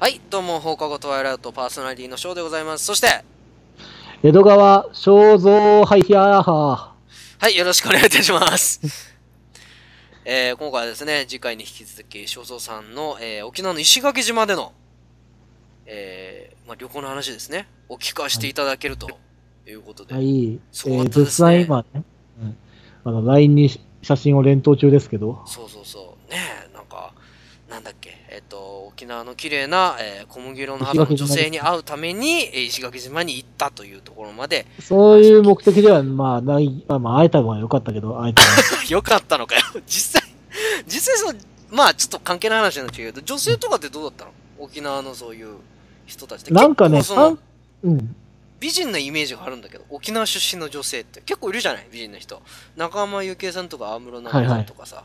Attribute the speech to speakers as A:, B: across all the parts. A: はい、どうも、放課後トワイライトパーソナリティのショーでございます。そして、
B: 江戸川正蔵ハイヒアーハ
A: はい、よろしくお願いいたします。 えー、今回はですね、次回に引き続き、正蔵さんの、えー、沖縄の石垣島での、えー、まあ、旅行の話ですね、を聞かせていただけるということで、
B: ー。はい。
A: そうだった
B: えー
A: ですね
B: 絶賛今ね、うんあの、LINE に写真を連投中ですけど、
A: そうそうそう、ねえ、なんか、なんだっけ、えっ、と、沖縄の綺麗な、えー、小麦色の肌の女性に会うために、えー石垣島に行ったというところまで、
B: そういう目的では、まあ、ない、まあ、まあ、会えた方が良かったけど、会え たら。
A: よかったのかよ。実際、実際その、まあちょっと関係ない話なんだけど、女性とかってどうだったの沖縄のそういう人たちって。
B: なんかね、
A: 結構そ
B: さ
A: の
B: んうん。
A: 美人なイメージがあるんだけど、沖縄出身の女性って結構いるじゃない美人な人。中浜ゆきえさんとか安室奈美恵さんとかさ、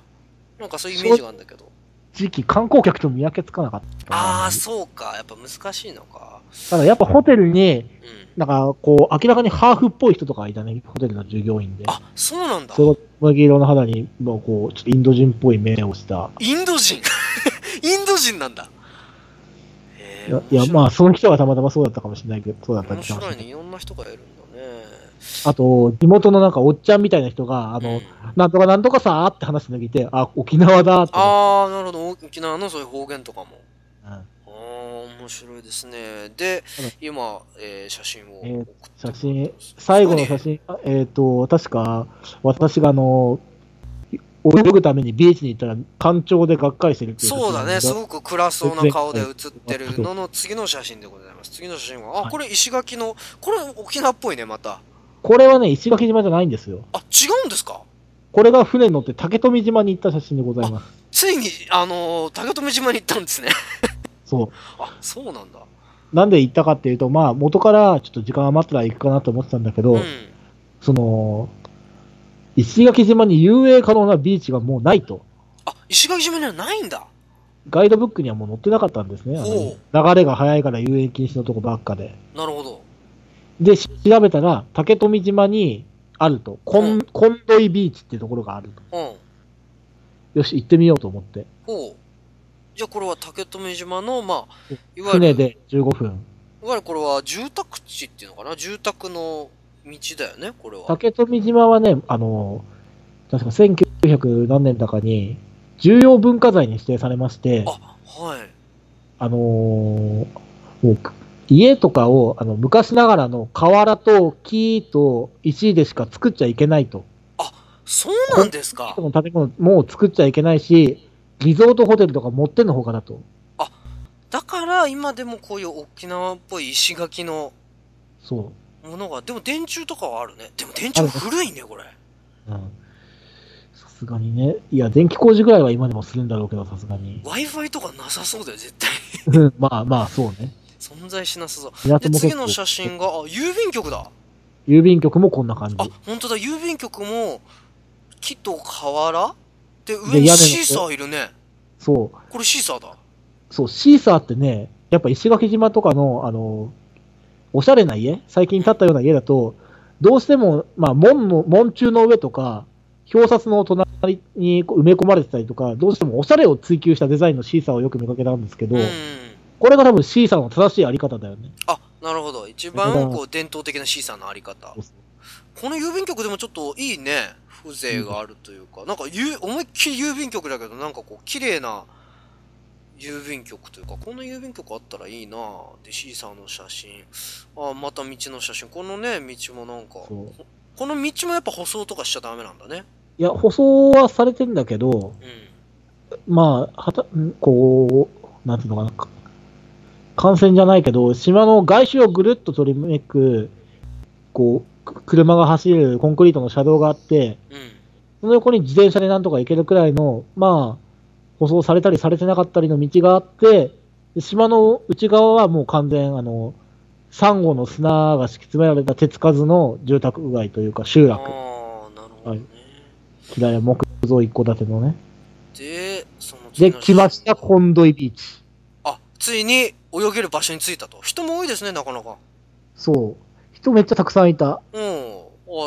A: なんかそういうイメージがあるんだけど。
B: 時期観光客と見分けつかなかったな。
A: ああ、そうか。やっぱ難しいのか。
B: ただやっぱホテルに、
A: うん。
B: なんかこう、明らかにハーフっぽい人とかいたね、ホテルの従業員で。
A: あ、そうなんだ。
B: そう小麦色の肌に、もうこう、ちょっとインド人っぽい目をした。
A: インド人。 インド人なんだ。へえ
B: いや、いやまあ、その人がたまたまそうだったかもしれないけど、そうだった
A: 面
B: りしま
A: 白
B: し
A: いね。いろんな人がいるんだね。
B: あと、地元のなんかおっちゃんみたいな人が、あ
A: う
B: の
A: ん、
B: なんとかなんとかさーって話しなぎて、あ、沖縄だーって。
A: ああ、なるほど。沖縄のそういう方言とかも。
B: うん
A: ああ、面白いですね。で
B: ただ、
A: 今、えー写真を送
B: え
A: っ
B: ー
A: て
B: 写真、最後の写。真、あえっ、と、確か、私があの、泳ぐためにビーチに行ったら、干潮でがっかりしてるっていう写真
A: そうだね。すごく暗そうな顔で写って
B: 全
A: る
B: 然
A: のの次の写真でございます。次の写真は、あ、
B: はい
A: これ石垣の、これ沖縄っぽいね、また。
B: これはね、石垣島じゃないんですよ。
A: あ、違うんですか
B: これが船に乗って竹富島に行った写真でございます。
A: ついに、あのー、竹富島に行ったんですね。
B: そう。
A: あ、そうなんだ。
B: なんで行ったかっていうと、まあ、元からちょっと時間余ったら行くかなと思ってたんだけど、
A: うん。
B: その、石垣島に遊泳可能なビーチがもうないと。
A: あ、石垣島にはないんだ。
B: ガイドブックにはもう載ってなかったんですね。あ
A: ほ
B: の流れが速いから遊泳禁止のとこばっかで。
A: なるほど。
B: で、し調べたら、竹富島にあると。コ
A: うん
B: ン、コンドイビーチっていうところがあると。
A: うん。
B: よし、行ってみようと思って。
A: ほう。じゃあこれは竹富島の、まあ、いわゆる
B: 船、で15分。
A: いわゆるこれは住宅地っていうのかな住宅の道だよね、これは。
B: 竹富島はね、あの、確か1900何年だかに、重要文化財に指定されまして、
A: あ、はい。
B: あのーもう家とかをあの昔ながらの瓦と木と石でしか作っちゃいけないと。
A: そうなんですか
B: この建物もう作っちゃいけないし、リゾートホテルとか持ってんのほかだと。
A: だから今でもこういう沖縄っぽい石垣の
B: そ
A: ものが、でも電柱とかはあるね。でも電柱古いね、これ。
B: う。うん。さすがにね。いや、電気工事ぐらいは今でもするんだろうけど、さす がに。
A: Wi-Fi とかなさそうだよ、絶対。
B: うんまあまあ、そうね。
A: 存在しなさそう。で、
B: 港も結
A: 次
B: 構
A: の写真が、あ、郵便局だ。
B: 郵便局もこんな感じ。
A: あ、本当だ、郵便局も、木と瓦で、
B: で
A: 上に
B: 屋根の
A: シーサーいるね。
B: そう。
A: これシーサーだ。
B: そう、シーサーってね、やっぱ石垣島とかの、あの、おしゃれな家、最近建ったような家だと、どうしても、まあ、門の、門柱の上とか、表札の隣にこう埋め込まれてたりとか、どうしてもおしゃれを追求したデザインのシーサーをよく見かけたんですけど、
A: うん。
B: これが多分シーサーの正しいあり方だよね。
A: あ、なるほど。一
B: なる
A: 番
B: ほど
A: こう伝統的な C さんのあり方
B: そう。そ
A: この郵便局でもちょっといいね、風情があるというか、なんかゆ思いっきり郵便局だけど、なんかこう綺麗な郵便局というか、この郵便局あったらいいなぁ。で、C さんの写真。あ、また道の写真。このね、道もなんか、
B: うそう
A: この道もやっぱ舗装とかしちゃダメなんだね。
B: いや、舗装はされてんだけど、
A: うん。
B: まあ、はた、んこう、なんていうのかな、か感染じゃないけど、島の外周をぐるっと取り巻く、こう、く車が走れるコンクリートの車道があって、
A: うん。
B: その横に自転車でなんとか行けるくらいの、まあ、舗装されたりされてなかったりの道があって、で島の内側はもう完全、あの、サンゴの砂が敷き詰められた手つかずの住宅街というか集
A: ああ
B: 落、
A: ー、なるほどね。
B: 平屋木造一戸建てのね。
A: で、その次
B: で、
A: の写
B: 来
A: 真
B: ました、コンドイビーチ。
A: あ、ついに泳げる場所に着いたと。人も多いですね、なかなか。
B: そう。人めっちゃたくさんいた。
A: うん。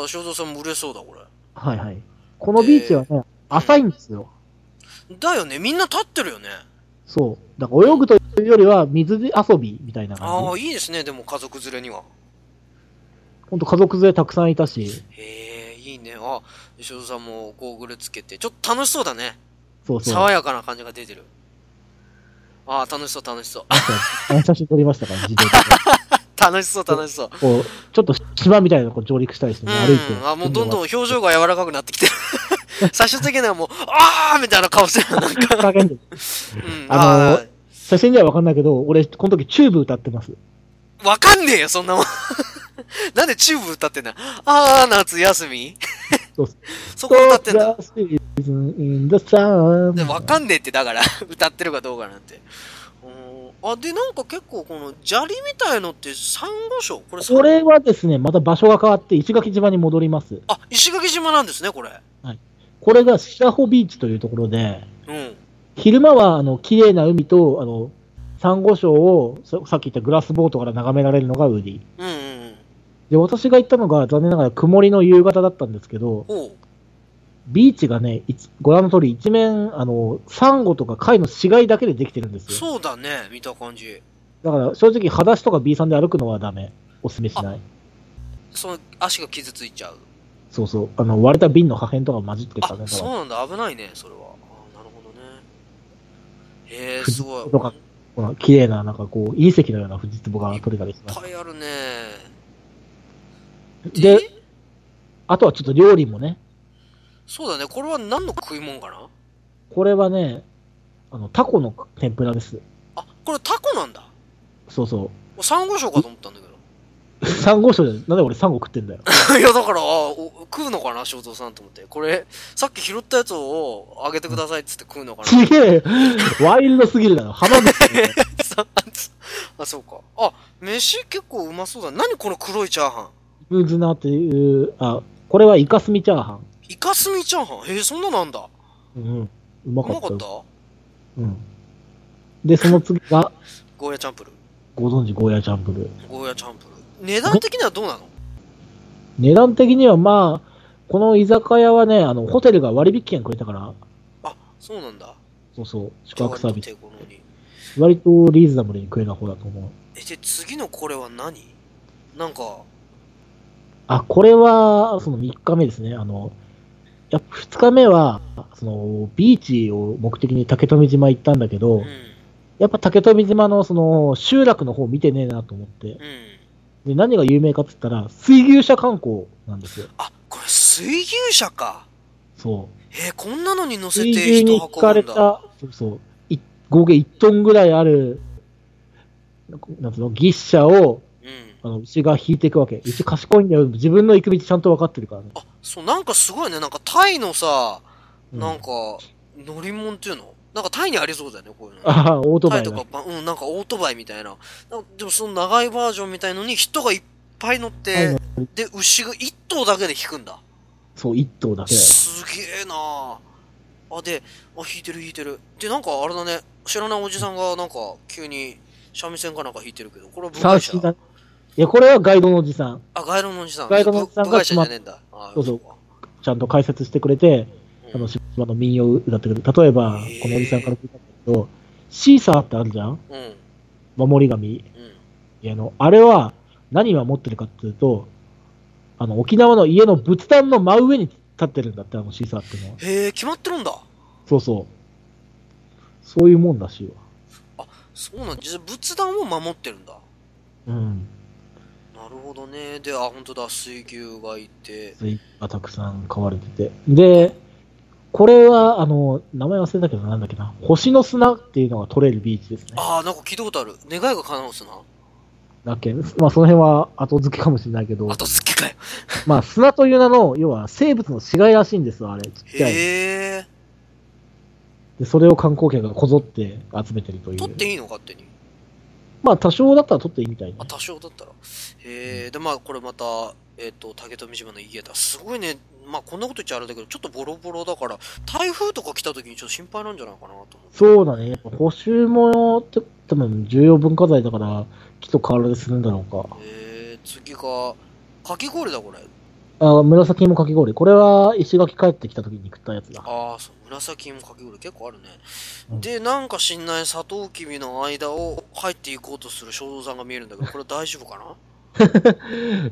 A: あ、正蔵さんも嬉しそうだ、これ。
B: はいはい。このビーチはね、浅いんですよ。
A: だよね、みんな立ってるよね。
B: そう。だから泳ぐというよりは水で遊びみたいな
A: あ
B: 感
A: あ、
B: じ。
A: いいですね、でも家族連れには。
B: ほんと家族連れたくさんいたし、
A: へえ、いいね。あ、石戸さんもゴーグルつけて、ちょっと楽しそうだね。
B: そうそう。
A: 爽やかな感じが出てる。ああ、楽しそう、楽しそう。
B: なんかあの写真撮りましたから、自動で。
A: 楽しそう、楽しそう。
B: こう、ちょっと島みたいなとこ上陸したりしてね、歩いて。
A: うん、あもうどんどん
B: ん。
A: 表情が柔らかくなってきてる最終的にはもう「ああ!」みたいな顔してるなんか、
B: 叫んで
A: うん、
B: あの
A: あ
B: ー写真ではわかんないけど、俺、この時チューブ歌ってます。
A: ーわかんねえよそんなもん なんでチューブ歌ってんだああ夏休み
B: そうそ
A: そこ歌ってんだ
B: The season in the sun
A: でわかんねえってだから 歌ってるかどうかなんてうんあでなんか結構この砂利みたいのってサンゴ礁これサン
B: これはですね、また場所が変わって石垣島に戻ります。
A: あ石垣島なんですねこれ
B: これが白穂ビーチというところで、
A: うん
B: 昼間はあの綺麗な海と、あの、サンゴ礁をささっき言ったグラスボートから眺められるのが売り。
A: うんうんうん
B: で、私が行ったのが残念ながら曇りの夕方だったんですけど、
A: ほう
B: ビーチがね、いつご覧の通り一面、あの、サンゴとか貝の死骸だけでできてるんですよ。
A: そうだね見た感じ
B: だから正直、裸足とか B さんで歩くのはダメ。おすすめしない。
A: その足が傷ついちゃう
B: そうそう。あの、割れた瓶の破片とか混じってたね。
A: あ
B: だか
A: そう
B: ら
A: なんだ危ないねそれはあなるほどねへえ
B: 富
A: す
B: 士
A: ごい
B: とかこの綺麗な、なんかこう、隕石のような富士壺が取れたりし
A: い
B: ま
A: っ
B: す。
A: ぱいあるね
B: で、あとはちょっと料理もね。
A: そうだねこれは何の食い物かな
B: これはね、あの、タコの天ぷらです。
A: あこれタコなんだ
B: そうそ
A: サンゴ礁かと思ったんだけど
B: う。サンゴ礁じゃないなんで俺サンゴ食ってんだよ。
A: いやだからあお食うのかな正蔵さんと思ってこれさっき拾ったやつをあげてくださいっつって食うのかな
B: ちげえよワイルドすぎるだろ。浜口だよ
A: さ あそうかあ飯結構うまそうだ何この黒いチャーハン
B: ブズナっていう、あ、これはイカスミチャーハン。
A: イカスミチャーハンへえそんななんだ
B: うん。うま
A: う
B: かっ
A: まか
B: たよ
A: った
B: うん。で、その次が、
A: ゴーヤチャンプル
B: ご存知、ゴーヤチャンプルー。
A: ゴーヤチャンプル値段的にはどうなの
B: 値段的にはまあ、この居酒屋はね、あの、ホテルが割引券くれたから、
A: あそうなんだ
B: そうそう、宿泊サービス。
A: じゃあ割と手頃に
B: 割とリーズナブルに食えた方だと思う。
A: えで次のこれは何なんか
B: あ、これは、その3日目ですね。あの、やっぱ2日目は、その、ビーチを目的に竹富島行ったんだけ
A: う
B: ど
A: ん、
B: やっぱ竹富島のその、集落の方見てねえなと思って。
A: うん
B: で、何が有名かって言ったら、水牛車観光なんですよ。
A: あこれ水牛車か
B: そう。
A: えー、こんなのに乗せ
B: 水
A: て
B: 牛
A: 人
B: に
A: 運
B: 引か
A: ぶ
B: れ
A: んだ
B: た、そうそう、い合計1トンぐらいある、なんつうの、牛車を、
A: うん
B: あの、牛が引いていくわけ。牛賢いんだよ。自分の行く道ちゃんと分かってるからね。
A: あそうなんかすごいねなんかタイのさ
B: うん
A: なんか乗り物っていうのなんかタイにありそうだよねこういうの
B: ああ、オート
A: タ
B: バ
A: イ
B: イ
A: と
B: だ
A: か。ばうんなんかオートバイみたいななんかでもその長いバージョンみたいのに人がいっぱい乗っ
B: タイ
A: て
B: の
A: で牛が1頭だけで引くんだ
B: そう、1頭だけだよ。
A: すげえなああであ弾いてる弾いてるでなんかあれだね知らないおじさんがなんか急に三味線かなんか弾いてるけどこれは部
B: 三
A: 外
B: 振
A: 者
B: だ。いや、これはガイドのおじさん、
A: あガイドのおじさん
B: ガイドのおじさんが
A: 部部外者じゃねえんだあ
B: そうそうちゃんと解説してくれて、
A: うん
B: あの、島の民謡を歌ってくれる。例えば
A: へえ、
B: このおじさんから聞いたんだけど、シーサーってあるじゃ
A: う
B: ん
A: んうん
B: 守り神。いやあの、あれは何を持ってるかっていうと、あの、沖縄の家の仏壇の真上に立ってるんだって、あのシーサーってのは。
A: へえ決まってるんだ
B: そうそう。そういうもんらしいわ。
A: そうなんだ仏壇を守ってるんだ
B: うん。
A: なるほどねであ本当だ水牛がいて
B: スイがたくさん買われてて。で、これは、あの、名前忘れたけどなんだっけな。星の砂っていうのが取れるビーチですね。
A: ああなんか聞いたことある願いが叶うすな
B: だっけまあ、その辺は後付けかもしれないけど、
A: 後付けかよ
B: まあ、砂という名の、要は生物の死骸らしいんですよ、あれ。ちっちゃい。
A: へえ
B: で、それを観光客がこぞって集めてるとい
A: 取っ
B: う。
A: ていいの勝手に
B: まあ、多少だったら取っていいみたいな
A: あ。多少だったらえー、でまあこれまたえっ、と竹富島の家だすごいねまあこんなこと言っちゃあれだけどちょっとボロボロだから台風とか来た時にちょっと心配なんじゃないかなと思って
B: そうだね。補修もって多分重要文化財だから、きっと変わらずするんだろうか。
A: えー、次がかき氷だこれ
B: あ紫芋かき氷。これは石垣帰ってきた時に食ったやつだ。
A: ああ、そう、紫芋かき氷結構あるね。
B: うん
A: で、なんか知んないサトウキビの間を入っていこうとする正蔵さんが見えるんだ けど、これ大丈夫かな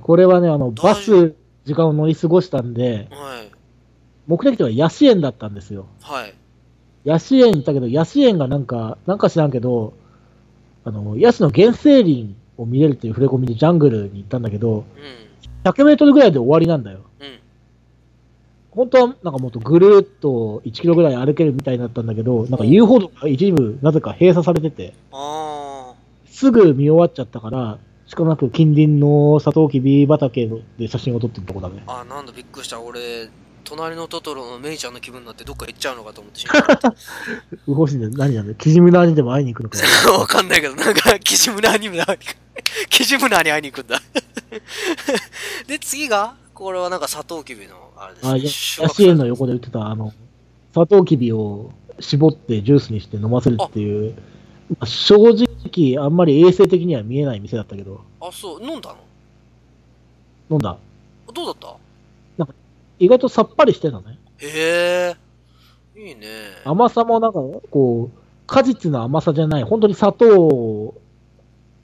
B: これはね、あの、
A: 大
B: バ
A: 丈夫
B: ス、時間を乗り過ごしたんで、
A: はい。
B: 目的地はヤシ園だったんですよ。
A: はい。
B: ヤシ園行ったけど、ヤシ園がなんか、なんか知らんけど、あの、ヤシの原生林を見れるっていう触れ込みでジャングルに行ったんだけど、
A: う
B: 100メートルぐらいで終わりなんだよ。
A: ん。うん。
B: 本当はなんかもっとぐるーっと1キロぐらい歩けるみたいになったんだけど、なんか遊歩道が一部なぜか閉鎖されてて、
A: あ
B: すぐ見終わっちゃったから、しかもなく近隣のサトウキビ畑で写真を撮ってるとこだね。
A: あ、あなんだびっくりした。俺、隣のトトロのメイちゃんの気分になってどっか行っちゃうのかと思って心配だ った
B: 不法神で何なんだよ。キジムの味でも会いに行くのか。
A: わかんないけど、なんか、キジムナー にも会いに行く。キジムナーに会いに行くんだ。 で、次がこれはなんかサトウキビの、あれです
B: あ、
A: ね。
B: やヤ
A: 収穫
B: シ園の横で売ってた、あの、サトウキビを絞ってジュースにして飲ませるっていう、まあ正直あんまり衛生的には見えない店だったけど、
A: あ、そう、飲んだの
B: 飲んだ。
A: どうだった
B: 意外とさっぱりしてたね。
A: へえ、いいね。
B: 甘さもなんか、こう、果実の甘さじゃない、本当に砂糖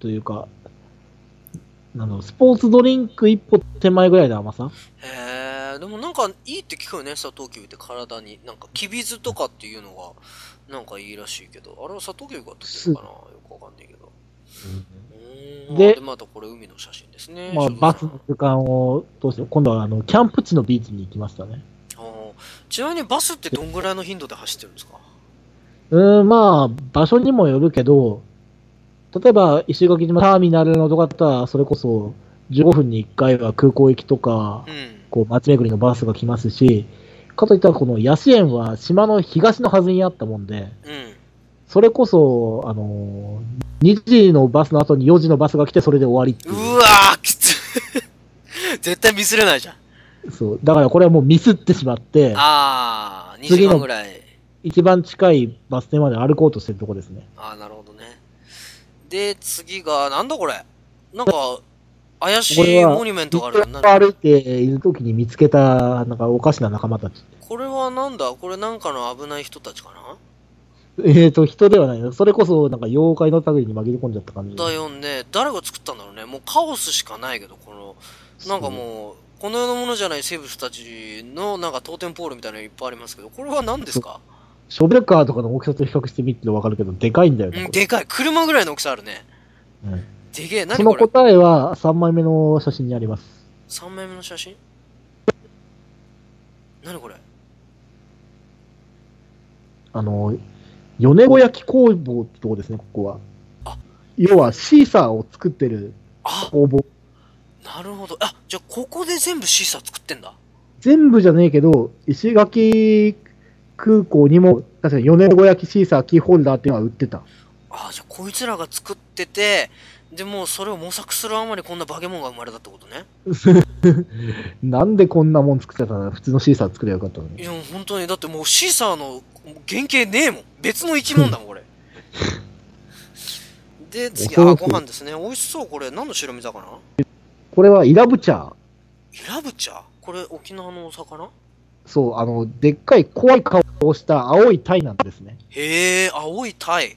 B: というか、あの、スポーツドリンク一歩手前ぐらいの甘さ
A: へえ、でもなんかいいって聞くよね、サトウキビって体に。なんか、キビズとかっていうのが、なんかいいらしいけど、あれはサトウキビが取ってるのかなよくわかんないけど。うーん
B: で
A: あまたこれ海の写真ですね。
B: まあ、
A: 正蔵
B: バ
A: さ
B: ス
A: ん
B: の時間を通して、今度はあの、キャンプ地のビーチに行きましたね。
A: あーちなみにバスってどんぐらいの頻度で走ってるんですか
B: うーん、まあ、場所にもよるけど、例えば石垣島ターミナルのとかだったら、それこそ15分に1回は空港行きとか
A: う、ん。
B: こう街巡りのバスが来ますし、かといったらこのヤシ園は島の東の端にあったもんで、
A: うん。
B: それこそ、あのー、2時のバスの後に4時のバスが来てそれで終わりって
A: う
B: い
A: わー、きつい 絶対ミスれないじゃん。
B: う。そう。だからこれはもうミスってしまって、
A: あー、2時
B: 次の
A: 間ぐらい。
B: 一番近いバス停まで歩こうとしてるとこですね。
A: あー、なるほどね。で、次が、なんだこれなんか、怪し
B: これ
A: い
B: は
A: モニュメントがある
B: ず
A: よ
B: っ
A: な
B: と歩いている時に見つけた、なんかおかしな仲間たち。
A: これはなんだこれなんかの危ない人たちかな
B: えーと、人ではない。それこそ、なんか妖怪の類に紛れ込んじゃった感じ。
A: だよね。誰が作ったんだろうね。もうカオスしかないけど、この、なんかもう、この世のものじゃない生物たちのなんかトーテンポールみたいなのいっぱいありますけど、これは何ですか
B: ショベルカーとかの大きさと比較してみてわかるけど、でかいんだよ
A: う
B: ね。
A: ん、
B: これ
A: でかい。車ぐらいの大きさあるね。
B: うん
A: でげえ。
B: そ
A: 何
B: の
A: これ
B: 答えは3枚目の写真にあります。
A: ?3 枚目の写真何これ
B: あの、米子焼き工房ってとこですね、ここは
A: あ。
B: 要はシーサーを作ってる
A: あ、
B: 工房。
A: なるほど。あ、じゃあここで全部シーサー作ってんだ。
B: 全部じゃねえけど、石垣空港にも、確かに米子焼きシーサーキーホルダーっていうのは売ってた。
A: あ、じゃあこいつらが作ってて、でもうそれを模索するあまりこんな化け物が生まれたってことね。
B: なんでこんなもん作っちゃったの普通のシーサー作ればよかったの
A: い
B: に。
A: や、本当に。だってもうシーサーの原型ねえもん。別の生き物だもん、こ れ。で、次、あ、
B: お豆
A: ご
B: 腐
A: 飯ですね。美味しそう、これ。何の白身魚
B: これはイラブチャー。
A: イラブチャこれ、沖縄のお魚
B: そう、あの、でっかい怖い顔をした青いタイなんですね。
A: へえ、青いタイ。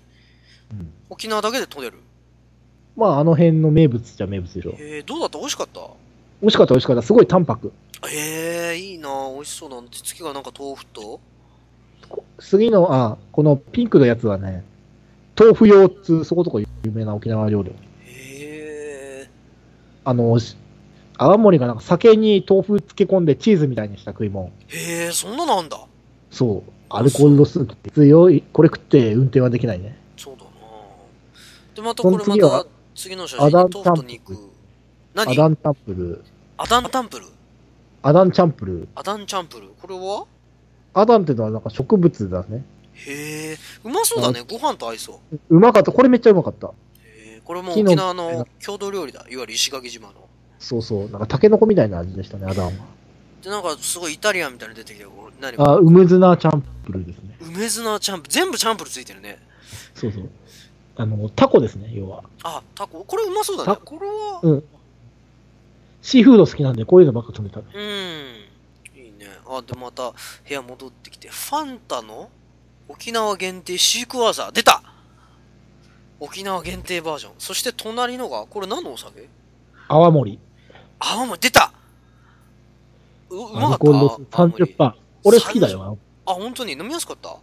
B: うん
A: 沖縄だけで取れる。
B: まあ、あの辺の名物じゃ名物でしょ。
A: へえ、どうだった美味しかった
B: 美味しかった美味しかった。すごい淡白。
A: へえ、いいな美味しそうなんで、次がなんか豆腐と
B: 次の、あ、このピンクのやつはね、豆腐用っつう、そことこ有名な沖縄料理。
A: へえ、
B: あの、し泡盛がなんか酒に豆腐漬け込んでチーズみたいにした食い物。
A: へえ、そんなのあんだ。
B: そう。アルコール度数きついよ。これ食って運転はできないね。
A: そうだなで、またこれ
B: その次
A: ま
B: は
A: た、次の写真、
B: アダン
A: 豆腐
B: タンプル
A: と肉。
B: ア
A: 何
B: ダンタンプル、
A: アダンタンプル
B: アダンチャンプル。
A: アダンチャンプルこれは
B: アダンってのはなんか植物だね。
A: へえ、うまそうだね。ご飯と合いそう。
B: うまかった。これめっちゃうまかった。
A: へえ、これも
B: 木の
A: 沖縄の郷土料理だ。いわゆる石垣島の。
B: そうそう。なんかタケノコみたいな味でしたね、アダンは。
A: で、なんかすごいイタリアンみたいなの出てきたよ。これ何
B: あ、ウムズナーチャンプルですね。
A: 梅砂チャンプル。全部チャンプルついてるね。
B: そうそう。あの、タコですね、要は。
A: あ、タコ。これうまそうだね
B: タ。
A: これは、
B: うん。シーフード好きなんで、こういうのばっか住んでたね。
A: うん。いいね。あ、で、また部屋戻ってきて。ファンタの沖縄限定シークワーサー。出た沖縄限定バージョン。そして隣のが、これ何のお酒
B: 泡盛。
A: 泡盛出たううまかっ
B: アルコー
A: た
B: ル度数
A: あ
B: 30%。俺好きだよ。
A: あ、本当に飲みやすかった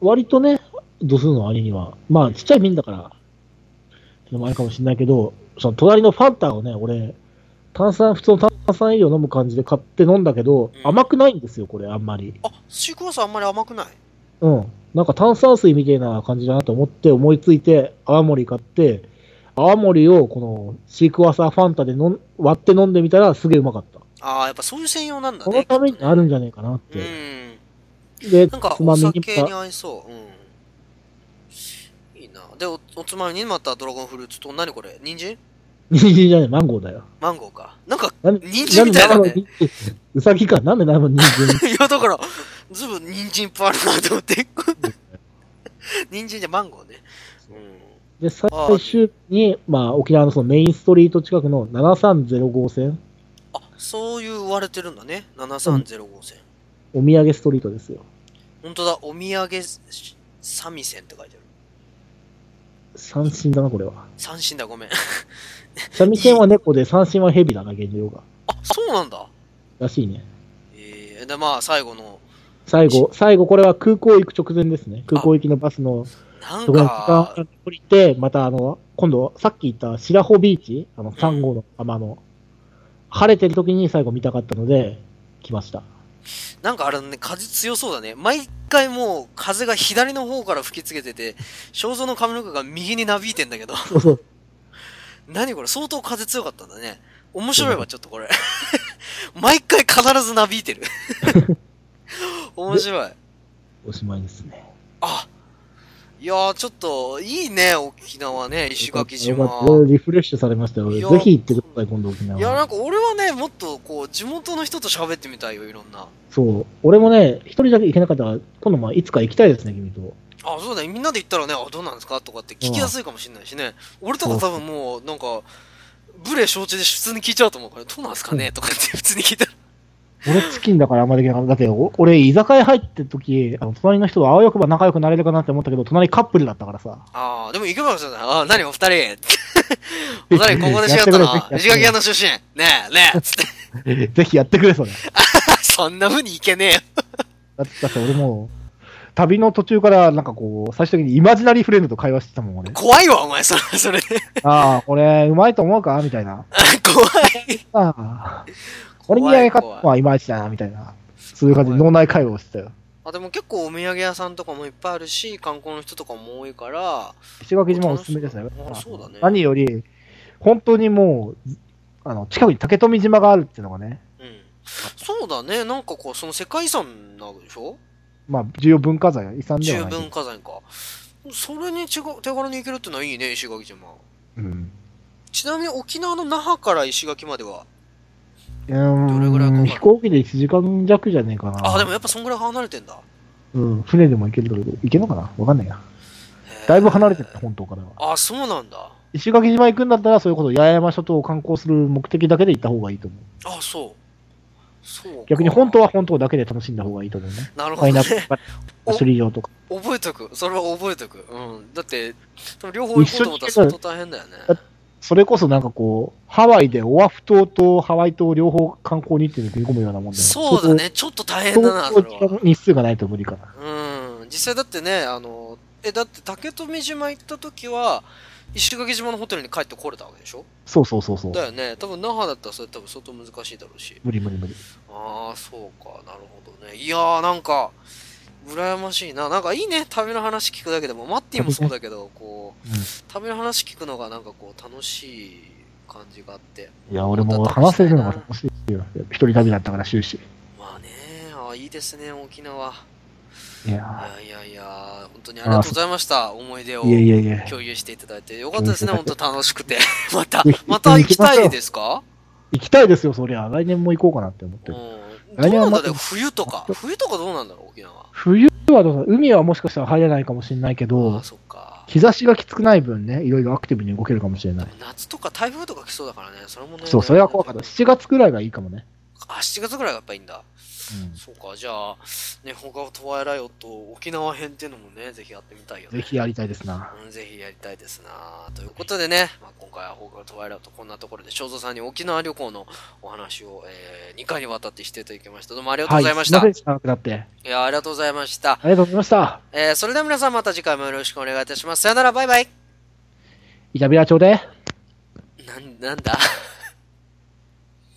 B: 割とね、度数の割には。まあ、ちっちゃい瓶だから、でもあれかもしれないけど、その隣のファンタをね、俺、炭酸、普通の炭酸飲料飲む感じで買って飲んだけど、
A: うん
B: 甘くないんですよ、これ、あんまり。
A: あ、シークワーサーあんまり甘くない
B: うん。なんか炭酸水みたいな感じだなと思って思いついて、泡盛買って、泡盛をこのシークワーサーファンタで飲ん割って飲んでみたらすげえうまかった。
A: ああ、やっぱそういう専用なんだね。
B: このためにあるんじゃねえかなっ
A: う
B: て。
A: ん。
B: で、
A: なんか
B: つま
A: お
B: みに
A: 酒に
B: ま
A: 合いそう。うん。いいな。で、おおつまみにまたドラゴンフルーツと、何これ人参
B: 人参じゃない、マンゴーだよ。
A: マンゴーか。なんか、
B: なんで、
A: 人参みたいだ
B: なんで
A: ね。
B: 生の人参うさぎか。なんで生の人参
A: いや、だから、ずいぶん人参いっぱいあるなと思って。人参じゃマンゴーね。う
B: で、最終に、まあ、沖縄のそのメインストリート近くの730号線、
A: ん。あ、そういう割れてるんだね。730号線。
B: お土産ストリートですよ。
A: ほんとだ、お土産し三味線って書いてある。
B: 三振だな、これは。
A: 三振だ、ごめん。
B: 三味線は猫で三振は蛇だな、現状が。
A: あ、そうなんだ。
B: らしいね。
A: えー、で、まあ、最後の、
B: 最後、最後、これは空港行く直前ですね。空港行きのバスの
A: なん
B: ところに時間
A: か、
B: を取りて、またあの、今度、さっき言った白穂ビーチ、あの、3号の浜の、晴れてる時に最後見たかったので、来ました。
A: なんかあれね、風強そうだね。毎回もう、風が左の方から吹きつけてて、肖像の髪の毛が右になびいてんだけど。
B: そうそう。
A: 何これ相当風強かったんだね。面白いわ、ちょっとこれ。 毎回必ずなびい てる。面白い。
B: おしまいですね。
A: あいやー、ちょっと、いいね、沖縄ね、石垣
B: よ
A: 島。
B: かったよリフレッシュされましたよ。
A: い
B: ぜ
A: や
B: ひ行ってください、今度沖縄。
A: いや、なんか俺はね、もっとこう、地元の人と喋ってみたいよ、いろんな。
B: そう。俺もね、一人だけ行けなかったから、今度まあ、いつか行きたいですね、君と。
A: あ、そうだね、みんなで行ったらね、あ、どうなんですかとかって聞きやすいかもしれないしね。俺とか多分もう、なんか、ブレ承知で普通に聞いちゃうと思うから、どうなんですかねとかって普通に聞いたら。
B: 俺チキンだからあんまできなかった。だって、お俺、居酒屋入ってる時、あの、隣の人とあわよくば仲良くなれるかなって思ったけど、隣カップルだったからさ。
A: ああ、でも行けばよかったな。ああ、何お二人。 お二人ここで知り合った
B: やって
A: な
B: く。れ
A: 石垣屋の出身。ねえ、ねえ、つって。
B: ぜひやってくれ、それ。
A: そんな風に行けねえよ。。
B: だってだって俺もう、旅の途中から、なんかこう、最終的にイマジナリーフレンドと会話してたもん、俺
A: 怖いわ、お前、それ、それで。
B: ああ、これ、うまいと思うかみたいな。
A: 怖い。
B: ああ、俺にあげ方
A: 怖い。
B: はいまいちだな、みたいな。そういう感じで脳内会話をしてたよ。
A: あ、でも結構お土産屋さんとかもいっぱいあるし、観光の人とかも多いから、
B: 石垣島おすすめですね。
A: あそうだね
B: 何より、本当にもう、あの、近くに竹富島があるっていうのがね、
A: うん。そうだね、なんかこう、その世界遺産なわけでしょ
B: まあ、重要文化財、遺産で
A: 十
B: はない。
A: 分火山か。それに違う手軽に行けるってのはいいね、石垣島。
B: うん。
A: ちなみに沖縄の那覇から石垣までは。
B: うーん
A: どれぐらいかかる
B: 飛行機で1時間弱じゃねえかな。
A: あ、でもやっぱそんぐらい離れてんだ。
B: うん、船でも行けるだろうけど、行けるのかなわかんないや。
A: へえ
B: だいぶ離れてる、本島からは。
A: あ、そうなんだ。
B: 石垣島行くんだったら、そういうこと、八重山諸島を観光する目的だけで行った方がいいと思
A: あ、
B: う。
A: そう。そうか。
B: 逆に本島は本島だけで楽しんだ方がいい と思うね。
A: なるほ
B: パイ
A: ど、
B: ナップル
A: ね。
B: とか、スリー場とか。
A: 覚えとく。それは覚えとく。うん。だって、多分両方行こうと思ったら
B: 一緒
A: 相
B: に
A: 当大変だよね。
B: だそれこそなんかこう、ハワイでオアフ島とハワイ島両方観光にっていうの組み込むようなもんだよ
A: そうだ。ね。ちょっと大
B: 相
A: 変だな、
B: 当
A: それ
B: 時間
A: は。
B: 日数がないと無理かな。
A: うん。実際だってね、あの、え、だって竹富島行った時は、石垣島のホテルに帰ってこれたわけでしょ
B: そうそうそうそう。
A: だよね。多分那覇だったらそれ多分相当難しいだろうし。
B: 無理無理無理。
A: ああ、そうか。なるほどね。いやー、なんか、羨ましいな。なんかいいね。旅の話聞くだけでも。マッティもそうだけど、こう、
B: うん
A: 旅の話聞くのがなんかこう、楽しい感じがあって。
B: いや、俺も話せるのが楽しいよ。一人旅だったから終始。
A: まあね、あーいいですね、沖縄。
B: い
A: い
B: や
A: やいやいや、本当にありがとうございました。思い出を
B: ーいやいやいや。
A: 共有していただいて。よかったですね、
B: 共
A: 本
B: 有していただいて
A: 当楽しくて。 また
B: ぜひ、
A: また行きたいですか
B: 行きたいですよ、そりゃ。来年も行こうかなって思って
A: う
B: る。
A: ん。どう
B: 来
A: な
B: 年は
A: んだ
B: ま
A: ろ
B: た
A: う冬とか。冬とかどうなんだろう、沖縄。
B: 冬はどうだ海はもしかしたら入れないかもしれないけ
A: あ
B: ど
A: あ、、そっか。
B: 日差しがきつくない分ね、いろいろアクティブに動けるかもしれない。
A: 夏とか台風とか来そうだからね、それもね。
B: そう、それは怖かった。7月くらいがいいかもね。
A: あ、7月ぐらいがやっぱいいんだ。
B: う
A: そうか、じゃあ、ね、他はトワイライオット、沖縄編っていうのもね、ぜひやってみたいよ
B: ん。
A: ね。
B: ぜひやりたいですな。
A: うんぜひやりたいですなということでね、まあ、今回は放課後トワイライトこんなところで、正蔵さんに沖縄旅行のお話を、え2回にわたってしていただきました。どうもありがとうございました。、
B: はいい、すいません、長くなって。あ
A: や、ありがとうございました。
B: りがとうございました。
A: えーそれでは皆さんまた次回もよろしくお願いいたします。さよなら、バイバイ。
B: イタビラ町で。
A: なん、なんだ